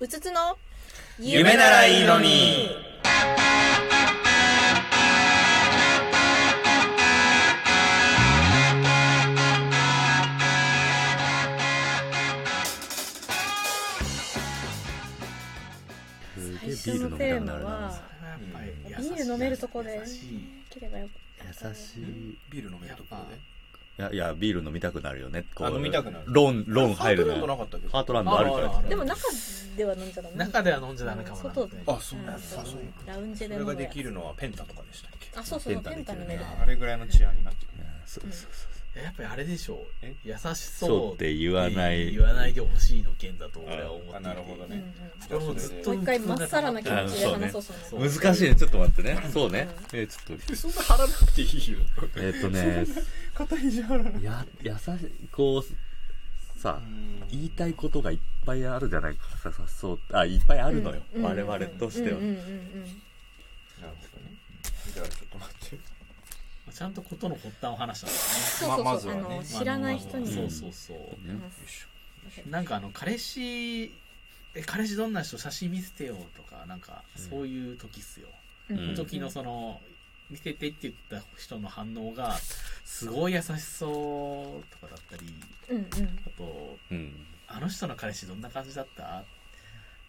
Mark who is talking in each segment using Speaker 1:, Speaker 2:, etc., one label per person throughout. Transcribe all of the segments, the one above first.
Speaker 1: うつつの
Speaker 2: 夢ならいいのに
Speaker 1: 最初のテーマは
Speaker 3: やっぱり
Speaker 1: ビール飲めるとこで
Speaker 3: 優しい
Speaker 1: 切ればよ
Speaker 4: 優しい
Speaker 3: ビール飲めるとこ
Speaker 2: やっ
Speaker 4: いやいやビール飲みたくなるよねこ
Speaker 2: あ飲みたくなる
Speaker 4: ロンロン入る
Speaker 2: ハートランドなかったっけ
Speaker 4: ハートランドあるから
Speaker 2: あある
Speaker 1: でも中では飲んじゃダメ
Speaker 3: 中では飲んじゃダメかもな
Speaker 1: 外で
Speaker 2: あそう
Speaker 1: うん
Speaker 2: なんだそう
Speaker 1: ラウンジ
Speaker 2: そ
Speaker 1: で
Speaker 2: れ
Speaker 1: 飲
Speaker 2: が
Speaker 1: む
Speaker 2: できるのはペンタとかでしたっけ
Speaker 1: あそうそう
Speaker 4: ペ
Speaker 1: ペ
Speaker 4: ン
Speaker 1: ン
Speaker 4: タ
Speaker 1: タに
Speaker 4: でき
Speaker 1: め
Speaker 4: る
Speaker 1: る
Speaker 4: ね
Speaker 2: あれぐらいの治安になってくる
Speaker 4: そうそうそう
Speaker 3: やっぱりあれでしょう
Speaker 2: え
Speaker 3: 優し
Speaker 4: そ
Speaker 3: そう
Speaker 4: って言わない
Speaker 3: 言わないでほしいの件だと俺は思っていて
Speaker 2: あなるほどね
Speaker 3: これもずっ
Speaker 1: も
Speaker 3: と
Speaker 1: う一回まっさらな気持ちで話そうそう
Speaker 3: そう
Speaker 4: 難しいねちょっと待ってねそうねえーちょっと
Speaker 2: そんな張らなくていいよ
Speaker 4: えーっとね
Speaker 2: 肩肘張らな
Speaker 4: や優しいこうさ言いたいことがいっぱいあるじゃないかささそうあいっぱいあるのよ、
Speaker 1: うん
Speaker 4: 我々としては、
Speaker 1: うんうんうんうん
Speaker 2: なるほどねじゃあちょっと待って
Speaker 3: ちゃんとことの発端を話したんです
Speaker 1: そう
Speaker 2: ま
Speaker 1: そ
Speaker 2: ま
Speaker 1: う
Speaker 2: ず
Speaker 1: そう
Speaker 2: は
Speaker 1: あ
Speaker 2: ね
Speaker 1: の
Speaker 3: ね
Speaker 1: 知らない人
Speaker 3: まあ
Speaker 1: に
Speaker 3: まあまあそうそうそう
Speaker 4: ね
Speaker 3: なんかあの彼氏え彼氏どんな人写真見せてよとかなんかそういう時っすよ、
Speaker 1: うん
Speaker 4: うん
Speaker 3: 時のその見せてって言った人の反応がすごい優しそうとかだったり
Speaker 1: うんうん
Speaker 3: あと
Speaker 4: うん
Speaker 3: あの人の彼氏どんな感じだった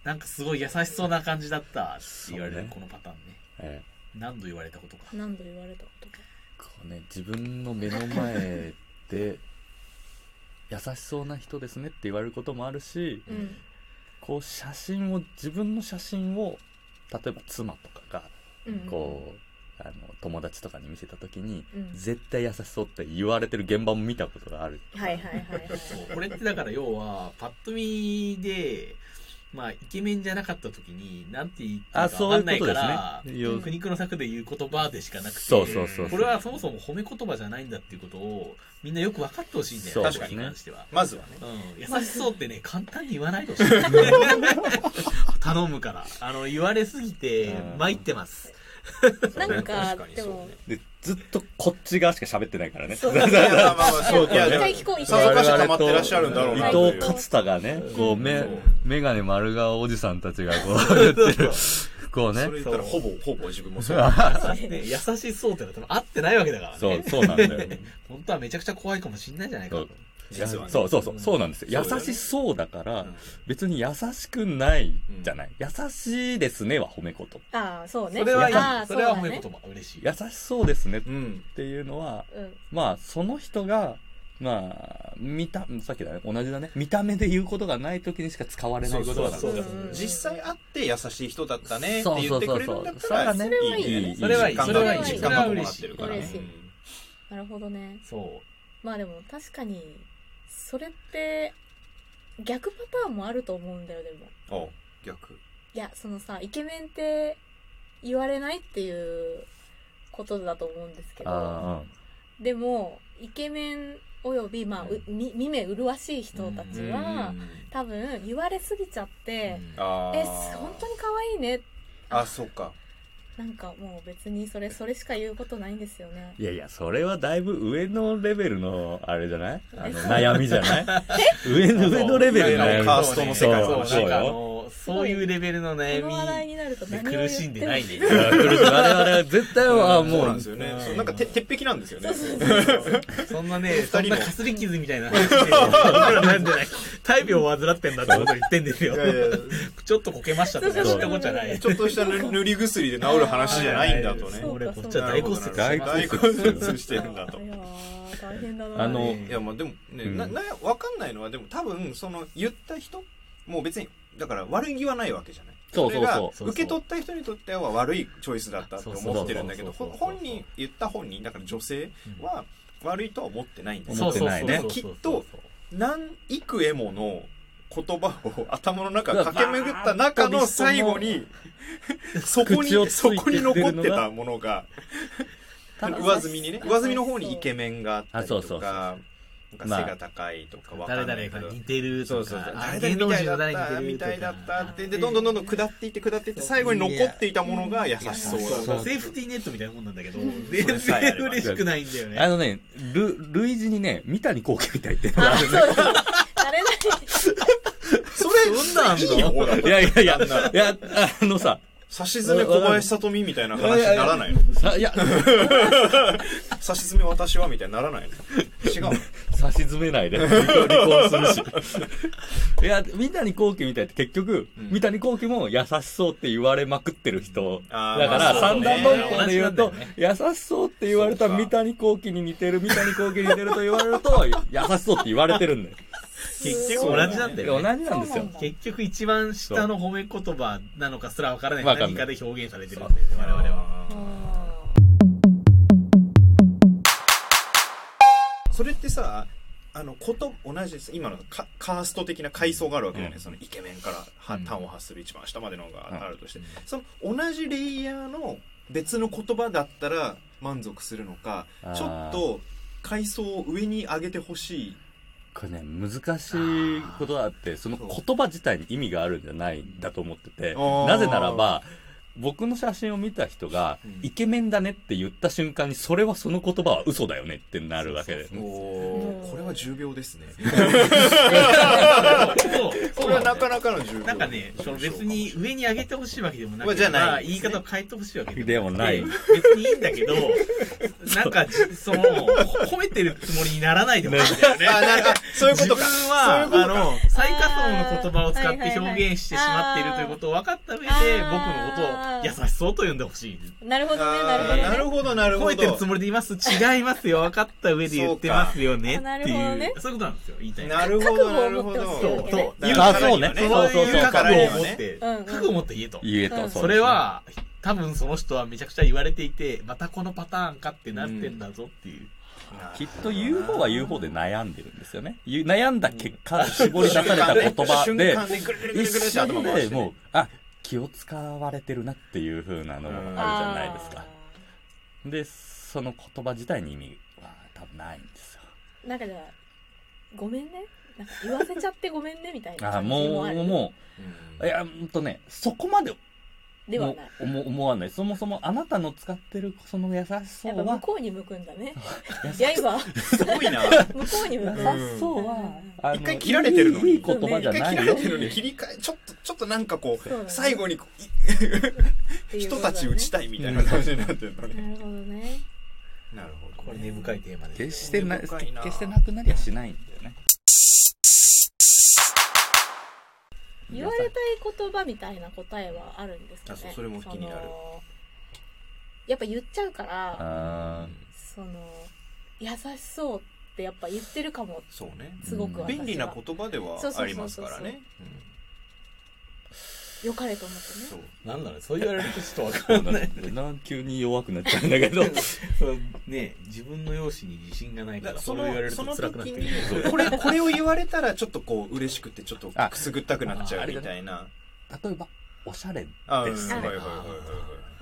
Speaker 3: なんかすごい優しそうな感じだったって言われる、
Speaker 4: そうね
Speaker 3: このパターンね
Speaker 4: え
Speaker 3: 何度言われたことか
Speaker 1: 何度言われたことか
Speaker 4: ーこうね自分の目の前で優しそうな人ですねって言われることもあるし、
Speaker 1: うん
Speaker 4: こう写真を自分の写真を例えば妻とかが
Speaker 1: うん
Speaker 4: こう、あの友達とかに見せた時に、
Speaker 1: うん
Speaker 4: 絶対優しそうって言われてる現場も見たことがある
Speaker 1: はいはいはいはい
Speaker 3: そうこれってだから要はパッと見でまあイケメンじゃなかった時になんて言っていいか
Speaker 4: あ
Speaker 3: 分
Speaker 4: そう
Speaker 3: か
Speaker 4: いうん
Speaker 3: ない
Speaker 4: こと
Speaker 3: か
Speaker 4: です
Speaker 3: ら
Speaker 4: ねよ
Speaker 3: 苦肉の策で言う言葉でしかなくて
Speaker 4: そうそうそうそう
Speaker 3: これはそもそも褒め言葉じゃないんだっていうことをみんなよく分かってほしいんだよ
Speaker 4: そう
Speaker 2: ですね
Speaker 3: これに関しては。
Speaker 2: まずはね
Speaker 3: うん、優しそうってね、簡単に言わないでほしい。 頼むから。あの、言われすぎて、参ってます。
Speaker 1: なんか
Speaker 2: 確かに
Speaker 1: で
Speaker 2: そう
Speaker 1: も
Speaker 2: ね
Speaker 4: でずっとこっち側しか喋ってないからね
Speaker 1: そう
Speaker 2: いやまあまあまあそういやでも
Speaker 1: 一回聞こう一
Speaker 2: さぞ
Speaker 1: 回
Speaker 2: かし溜まってらっしゃるんだろうなと
Speaker 4: 伊
Speaker 2: いう
Speaker 4: 藤勝田がねこうめ
Speaker 2: そう
Speaker 4: 眼鏡丸顔おじさんたちがこう言 ってるこうね
Speaker 2: それ言ったらほぼほぼ自分もそう
Speaker 3: ね優しそうってのは多分合ってないわけだからね。
Speaker 4: そうそうなんだよ
Speaker 3: 本当はめちゃくちゃ怖いかもしんないじゃないか
Speaker 4: そう
Speaker 3: と。
Speaker 2: 実はね
Speaker 4: そうそうそうそうなんですよ
Speaker 2: そうだ
Speaker 4: 優
Speaker 2: よ
Speaker 4: し
Speaker 2: ね
Speaker 4: そうだから
Speaker 2: ん
Speaker 4: 別に優しくないじゃない優しいですねは褒め言葉
Speaker 1: ああそうね
Speaker 3: それはいい
Speaker 1: ああ
Speaker 3: それは褒
Speaker 1: うだ
Speaker 3: め
Speaker 1: ね
Speaker 3: 言葉嬉しい
Speaker 4: 優しそうですねっ
Speaker 2: うん
Speaker 4: ていうのは
Speaker 1: うん
Speaker 4: まあその人がまあ見たさっきだね同じだね見た目で言うことがない時にしか使われない言葉だ
Speaker 2: そうそうう
Speaker 1: そ
Speaker 2: そうう実際会って優しい人だったねって言ってくれるんだった
Speaker 4: そ
Speaker 2: ら
Speaker 4: うそ
Speaker 1: そ
Speaker 4: うそう
Speaker 1: うそれはいいね
Speaker 3: それはいい
Speaker 2: 実
Speaker 3: それ
Speaker 2: 感が
Speaker 3: はいい
Speaker 2: 実
Speaker 3: それ
Speaker 2: 感が
Speaker 3: は
Speaker 2: こも
Speaker 3: 嬉
Speaker 2: らっ
Speaker 3: してい
Speaker 2: る
Speaker 3: そ
Speaker 2: から
Speaker 3: れは
Speaker 2: ね
Speaker 3: 嬉しい
Speaker 1: なるほどね
Speaker 3: そ
Speaker 1: まあでも確かにそれって逆パターンもあると思うんだよでも
Speaker 2: うんお逆
Speaker 1: いやそのさイケメンって言われないっていうことだと思うんですけど
Speaker 4: あ
Speaker 1: でもイケメンおよび、まあ、うみ見目麗しい人たちは
Speaker 2: うん
Speaker 1: 多分言われすぎちゃっ
Speaker 3: う、
Speaker 1: て
Speaker 3: うん
Speaker 2: あ
Speaker 1: 「
Speaker 2: ー
Speaker 1: え本当に可愛いね」
Speaker 2: あそうか
Speaker 1: なんかもう別にそれそれしか言うことないんですよね
Speaker 4: あいやいやそれはだいぶ上のレベルのあれじゃないあの悩みじゃない上の上のレベルの悩み
Speaker 2: カーストの世界
Speaker 3: そう
Speaker 4: そう
Speaker 3: そうな
Speaker 4: よ
Speaker 3: んかあのそういうレベルの
Speaker 1: こ
Speaker 3: 悩
Speaker 1: の話題
Speaker 3: み
Speaker 1: になると
Speaker 3: で
Speaker 1: 何を言
Speaker 3: 苦
Speaker 1: って
Speaker 3: しんで
Speaker 1: も
Speaker 3: ないね
Speaker 4: いや苦しい我々は絶対は
Speaker 2: そう
Speaker 4: も
Speaker 2: なん
Speaker 4: う
Speaker 2: ですよ
Speaker 3: う
Speaker 2: ね
Speaker 3: ん
Speaker 2: そうなんかて鉄壁なんですよね
Speaker 3: そんなね
Speaker 2: 二人
Speaker 3: そ
Speaker 2: の
Speaker 3: んなかすり傷みたいな話してなんでない大病を患ってんだってこと言ってんですよ
Speaker 2: いやいや
Speaker 3: ちょっとこけましたとか知ったことじゃな
Speaker 1: そう
Speaker 3: い
Speaker 2: ちょっとした塗塗り薬で治る話じゃないんだとね
Speaker 1: そう
Speaker 3: 俺こっちは大骨折して
Speaker 4: な
Speaker 3: ま
Speaker 4: る
Speaker 3: す
Speaker 4: ほどなるほ
Speaker 2: 大骨折してるんだと
Speaker 1: あいやー大変だな
Speaker 4: あの
Speaker 2: いやまあでもね、
Speaker 4: うん
Speaker 2: ななわかんないのはでも多分その言った人もう別にだから悪気はないわけじゃない
Speaker 4: そうそうそう
Speaker 2: れが
Speaker 3: そうそう
Speaker 2: 受け取った人にとっては悪いチョイスだったと思ってるんだけど
Speaker 3: そう
Speaker 2: ほ
Speaker 3: そうそうそう
Speaker 2: 本人言った本人だから女性は悪いとは思ってないんです
Speaker 4: 思
Speaker 2: よ
Speaker 4: ってないね
Speaker 3: そうそうそうそうそう
Speaker 2: 何幾重もの言葉を頭の中駆け巡った中の最後にそこ
Speaker 4: 口を
Speaker 2: に
Speaker 4: つ
Speaker 2: そ
Speaker 4: い
Speaker 2: こ
Speaker 4: て
Speaker 2: に
Speaker 4: ってるのが
Speaker 2: 残ってたものが
Speaker 4: ただ
Speaker 2: 上積みにね上積みの方にイケメンがあったりと
Speaker 4: あそうそうそう
Speaker 2: かなんか背が高いとかわかんない
Speaker 3: 誰
Speaker 2: けど
Speaker 3: 々が似てる
Speaker 2: そ
Speaker 3: と
Speaker 2: うそうそう
Speaker 3: かあ芸
Speaker 2: 誰々
Speaker 3: 能
Speaker 2: みた
Speaker 3: 人
Speaker 2: い
Speaker 3: の誰に
Speaker 2: だった
Speaker 3: 似
Speaker 2: み
Speaker 3: て
Speaker 2: た
Speaker 3: る
Speaker 2: い
Speaker 3: と
Speaker 2: だ
Speaker 3: か
Speaker 2: ったってでどんどんどんどん下っていって下っていって最後に残っていたものが優しそうだ
Speaker 3: そうセーフティーネットみたいなもんなんだけど全
Speaker 2: それさえあ
Speaker 3: 然
Speaker 2: れば
Speaker 3: 嬉しくないんだよ
Speaker 4: あ
Speaker 3: ね
Speaker 4: のねル類似にね三谷幸喜みたいっていうのが
Speaker 1: あ
Speaker 4: あ
Speaker 1: そ
Speaker 4: る
Speaker 1: うだ
Speaker 4: ね
Speaker 1: 慣れない
Speaker 2: それ
Speaker 3: そんなんあん
Speaker 2: い
Speaker 3: の
Speaker 2: いよ、ほら。
Speaker 4: いやいやいや、
Speaker 2: なんなら
Speaker 4: いや、あのさ、
Speaker 2: 差し詰め小林里美みたいな話にならないの
Speaker 4: さいや、
Speaker 2: 差し詰め私はみたいにならないの違うの
Speaker 4: 差し詰めないで、離婚離婚するし。いや、三谷幸喜みたいって結局、
Speaker 2: うん
Speaker 4: 三谷幸喜も優しそうって言われまくってる人。
Speaker 2: あー
Speaker 4: だから、
Speaker 2: まあそ
Speaker 4: 三
Speaker 2: う
Speaker 4: 段
Speaker 2: ね
Speaker 4: 論法で言うと、
Speaker 3: 同じなん
Speaker 4: 優しそうって言われた三谷幸喜に似てる、三谷幸喜に似てると言われると、優しそうって言われてるんだよ。
Speaker 3: 結局同じなんだ
Speaker 4: で
Speaker 3: よ
Speaker 4: 同じ
Speaker 3: ね。
Speaker 4: なんですよ。
Speaker 3: 結局一番下の褒め言葉なのかすらわからない
Speaker 4: わかんない
Speaker 3: 何かで表現されてるんだよね、我々は。
Speaker 1: あ
Speaker 2: それってさあのこと同じです今のカカースト的な階層があるわけだよね、
Speaker 4: うん
Speaker 2: そのイケメンからは端を発する一番下までの
Speaker 4: うん
Speaker 2: があるとして、その同じレイヤーの別の言葉だったら満足するのか
Speaker 4: あー
Speaker 2: ちょっと階層を上に上げてほしい
Speaker 4: これね、難しいことだって、その言葉自体に意味があるんじゃないんだと思ってて、
Speaker 2: あー
Speaker 4: なぜならば、僕の写真を見た人が
Speaker 2: うん、
Speaker 4: イケメンだねって言った瞬間に、それはその言葉は嘘だよねってなるわけで。
Speaker 2: お
Speaker 1: うん
Speaker 2: ーこれは重秒ですね
Speaker 3: そう
Speaker 2: これはなかなかの重秒
Speaker 3: なんかね、その別に上に上げてほしいわけでもな
Speaker 2: ま
Speaker 3: く
Speaker 2: あ
Speaker 3: て、
Speaker 2: じゃない
Speaker 3: まあ言い方を変えてほしいわけ
Speaker 4: でもない
Speaker 3: 別にいいんだけど、なんかじ、その、褒めてるつもりにならないでほしいんだよね。
Speaker 2: あなんかそういうこ
Speaker 3: 自
Speaker 2: と
Speaker 3: 分
Speaker 2: か
Speaker 3: は、
Speaker 2: そういうことか
Speaker 3: あの、最下層の言葉を使
Speaker 1: あーは
Speaker 3: っ
Speaker 1: い
Speaker 3: て
Speaker 1: はいはい
Speaker 3: 表現してしまっているということを分かった上で、
Speaker 1: あー
Speaker 3: 僕のことを優しそうと呼んでほしい。
Speaker 1: ーなるほどね、なるほど
Speaker 2: あー
Speaker 1: ね。
Speaker 2: なるほどなるほ
Speaker 3: 褒め
Speaker 2: ど
Speaker 3: てるつもりでいます違いますよ。分かった上で言ってますよね。
Speaker 1: そうか
Speaker 3: って
Speaker 1: なるほどね
Speaker 3: いう。そういうことなんですよ。言いたいのは
Speaker 2: なるほどなるほ
Speaker 1: 覚
Speaker 2: ど
Speaker 1: 悟を持ってほしいわ
Speaker 3: けね
Speaker 4: あそうね
Speaker 3: そう
Speaker 4: そうそう
Speaker 3: いう覚悟を持っ
Speaker 2: ね
Speaker 3: て、
Speaker 1: うんうん
Speaker 3: 覚悟を持って言えと。
Speaker 4: 言えと、
Speaker 1: うん
Speaker 4: う
Speaker 3: それ、は、多分その人はめちゃくちゃ言われていて、またこのパターンかってなってんだぞっていう。
Speaker 4: きっと言う方は言う方で悩んでるんですよね。言う悩んだ結果、絞り出された言葉
Speaker 2: 瞬
Speaker 4: で
Speaker 2: 間、でぐるぐるぐる
Speaker 4: 一
Speaker 2: ぐるって頭
Speaker 4: 瞬
Speaker 2: 回
Speaker 4: で
Speaker 2: して
Speaker 4: もう、あ、気を使われてるなっていう風なのもあるじゃないですか。で、その言葉自体に意味は多分ないんですよ。
Speaker 1: あー。なんかじゃあ、ごめんね。なんか言わせちゃってごめんね、みたいな
Speaker 4: あー
Speaker 1: 感じ
Speaker 4: も
Speaker 1: もある。
Speaker 4: う、もう、いや、うんとね、そこまで
Speaker 1: では
Speaker 4: も
Speaker 1: ない。
Speaker 4: 思思わない。そもそもあなたの使ってるその優しそ
Speaker 1: やっ
Speaker 4: う
Speaker 1: ぱ向
Speaker 4: は、
Speaker 1: こうに向くんだね。いや、今、
Speaker 2: すごいな
Speaker 1: 向こうに向
Speaker 4: 優
Speaker 1: く。
Speaker 4: しそう
Speaker 1: う
Speaker 4: は
Speaker 1: ん、
Speaker 4: あの
Speaker 2: 一回切られてるのに
Speaker 4: いい言葉じゃ
Speaker 2: 一
Speaker 4: な
Speaker 2: 回切ら
Speaker 4: い
Speaker 2: れ
Speaker 4: よ。
Speaker 2: てるのに切り替えちょっとちょっとなんかこう
Speaker 1: そうだね
Speaker 2: 最後にこうい
Speaker 1: っていうこ
Speaker 2: 人
Speaker 1: とだ
Speaker 2: た
Speaker 1: ね
Speaker 2: ち打ちたいみたいな感じになってるのね
Speaker 1: なるほどね。
Speaker 2: なるほど
Speaker 3: これ根深いテーマですよ。
Speaker 4: 決してな、
Speaker 2: 深いな
Speaker 4: 決してなくなりゃしないんだよね。
Speaker 1: 言われたい言葉みたいな答えはあるんですかね
Speaker 2: あそうそれも気になる
Speaker 1: のやっぱ言っちゃうから
Speaker 4: あ
Speaker 1: その優しそうってやっぱ言ってるかも
Speaker 2: そうね
Speaker 1: すごく私は
Speaker 2: 便利な言葉では
Speaker 1: そうそうそうそう
Speaker 2: ありますからね
Speaker 1: 良かれと思って
Speaker 2: うんそ
Speaker 1: ね
Speaker 2: う
Speaker 3: なんだろう、そう言われるとちょっとわか
Speaker 4: ー
Speaker 3: ん ない。
Speaker 4: なん急に弱くなっちゃうんだけど。
Speaker 3: そうね、自分の容姿に自信がない
Speaker 2: だ
Speaker 3: か
Speaker 2: か
Speaker 3: ら、そ
Speaker 2: らそ
Speaker 3: れを言われ
Speaker 2: の
Speaker 3: る
Speaker 2: そ
Speaker 3: と
Speaker 2: の
Speaker 3: 辛くなっ
Speaker 2: 時
Speaker 3: てくる。
Speaker 2: にこれこれを言われたらちょっとこう嬉しくてちょっとくすぐったくなっちゃ
Speaker 4: あ
Speaker 2: うみたいな
Speaker 4: 例えば、おしゃれ。
Speaker 2: あう
Speaker 4: で
Speaker 2: んはい
Speaker 4: す
Speaker 2: は
Speaker 4: ね
Speaker 2: いはいはいはい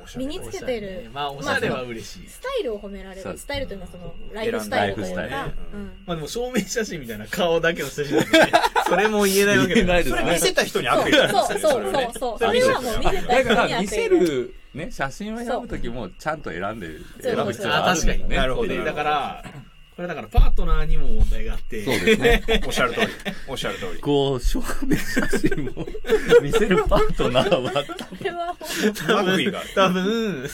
Speaker 2: おしゃれ
Speaker 1: 身につけてる
Speaker 3: まあ、おしゃれは嬉しい。
Speaker 1: スタイルを褒められ
Speaker 4: そう
Speaker 1: るスタイルというのはそのライフスタイルというか、
Speaker 4: 選んだライ
Speaker 2: フスタイル
Speaker 1: うん
Speaker 3: まあでも、証明写真みたいな顔だけの写真なん でね、それも言えないわけだ
Speaker 4: で
Speaker 2: そ
Speaker 4: す
Speaker 2: れ見せた人に悪意があるんです
Speaker 1: そう
Speaker 2: よね
Speaker 1: そう
Speaker 2: れ
Speaker 1: そ
Speaker 2: は
Speaker 1: う
Speaker 2: ね
Speaker 1: そうそれはもう見せた
Speaker 4: だ
Speaker 1: い
Speaker 4: から、見せる、ね、写真を選ぶときも、ちゃんと選んで、選ぶ必要があ
Speaker 3: あ
Speaker 4: る
Speaker 3: 確かに
Speaker 4: んだ
Speaker 3: ね。
Speaker 4: よ
Speaker 2: なるほど
Speaker 3: でだから、これだからパートナーにも問題があって、
Speaker 4: そうですね。
Speaker 2: おっしゃる通り。おっしゃる通り。
Speaker 4: こう、証明写真を見せるパートナーは、
Speaker 1: それは
Speaker 3: 多
Speaker 2: 悪意
Speaker 3: 分
Speaker 2: がある、
Speaker 3: 多分、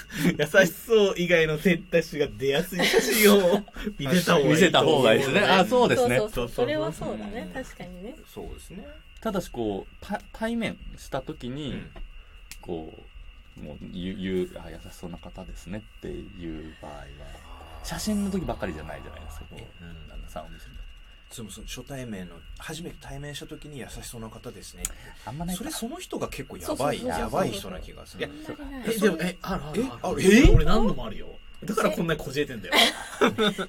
Speaker 3: 優しそう以外の選択肢が出やすい写真を見せた方がいいと思う。
Speaker 4: 見せた方がいいですね。あ、そうですね
Speaker 1: そう。そうそうそれはそうだ
Speaker 2: う
Speaker 1: ね
Speaker 2: ん
Speaker 1: 確かにね
Speaker 2: そうですね。
Speaker 4: ただし、こう、た対面したときに、こう、もう、言う言う、あ、優しそうな方ですねっていう場合は、写真の時ばっかりじゃないじゃないですか。こう
Speaker 3: うん
Speaker 4: 旦那さんを見せるの
Speaker 2: そもそも初対面の、初めて対面した時に優しそうな方ですね。
Speaker 4: あんまない
Speaker 2: そ
Speaker 4: か
Speaker 2: れ
Speaker 4: ら。
Speaker 2: その人が結構や
Speaker 1: そう
Speaker 2: ば
Speaker 1: そう
Speaker 2: い、
Speaker 1: そうそう
Speaker 2: やばい人な気がする。いや、
Speaker 1: あんまりな
Speaker 3: え、
Speaker 1: い
Speaker 3: でも、え、あるあるある。
Speaker 2: えあるえ
Speaker 3: 俺何度もあるよ。だからこんなにこじれてんだよ。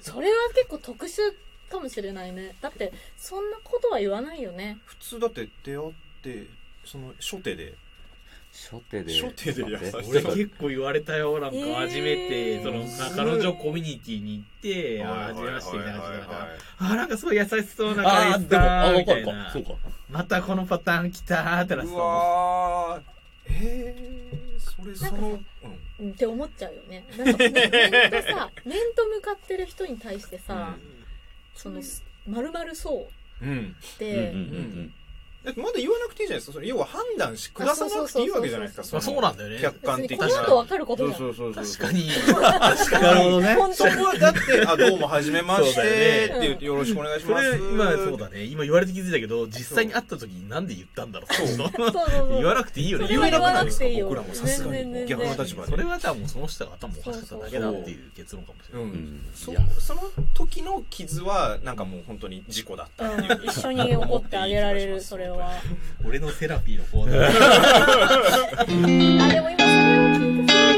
Speaker 1: それは結構特殊かもしれないねだってそんなことは言わないよね
Speaker 2: 普通だって出会って、その初手で、
Speaker 4: 初手で。
Speaker 2: 初手で優しい
Speaker 3: 俺結構言われたよ、なんか
Speaker 1: えー
Speaker 3: 初めて、その、彼女コミュニティに行って、あ
Speaker 2: はい
Speaker 3: 初めましてみたいな話だか
Speaker 2: はいはいはい
Speaker 3: ら、あ、なんかすごい優しそうな
Speaker 4: ああ、
Speaker 3: 感じ
Speaker 4: でも、
Speaker 3: だ
Speaker 4: あ、
Speaker 3: ー
Speaker 4: わ
Speaker 3: み
Speaker 4: か
Speaker 3: た
Speaker 4: る
Speaker 3: い
Speaker 4: か。
Speaker 3: な
Speaker 4: そう。か。
Speaker 3: またこのパターン来たーってな
Speaker 2: うわー、えー、それその、うん。
Speaker 1: うんって思っちゃうよね。なんか、面とさ、面と向かってる人に対してさ、その、まるまるそう
Speaker 2: うん。
Speaker 1: っ
Speaker 4: うんうん
Speaker 1: て
Speaker 4: うんうん。
Speaker 2: だってまだ言わなくていいじゃないですか。それ要は判断し、下さなくていいわけじゃないですか。
Speaker 3: まあ、
Speaker 2: の
Speaker 3: そうなんだよね。
Speaker 2: 客観的
Speaker 1: こ
Speaker 2: な。
Speaker 1: の後わかること
Speaker 2: そう
Speaker 1: だ。
Speaker 2: そうそうそう。
Speaker 3: 確かに。
Speaker 4: なるほどね。
Speaker 1: 本
Speaker 2: そ
Speaker 1: 当
Speaker 2: こ
Speaker 1: に。
Speaker 2: はだって、あ、どうも、はじめまし
Speaker 3: そう
Speaker 2: て、
Speaker 3: だ
Speaker 2: っ
Speaker 1: よ
Speaker 2: て
Speaker 1: ね
Speaker 2: 言って、よろしくお願いし
Speaker 3: そ
Speaker 2: ます。
Speaker 3: れ、今、そうだね。 今言われて気づいたけど、実際に会った時になんで言ったんだろう。そう
Speaker 1: そうそうそう。
Speaker 3: 言わなくていいよね。
Speaker 1: それは言わなくていいよ。
Speaker 2: 僕らもさすがに
Speaker 1: 全然全然
Speaker 2: 逆の立場で
Speaker 3: それは多分その人が頭をおかしかっただけだっていう結論かもしれ
Speaker 2: う
Speaker 3: ない。
Speaker 2: ん。そ
Speaker 4: いや
Speaker 2: その時の傷は、なんかもう本当に事故だったっていう
Speaker 1: うん、一緒に怒ってあげられる、それ。は。
Speaker 3: 俺のセラピーのコーナー。
Speaker 1: あ、でも今それを聞いてさ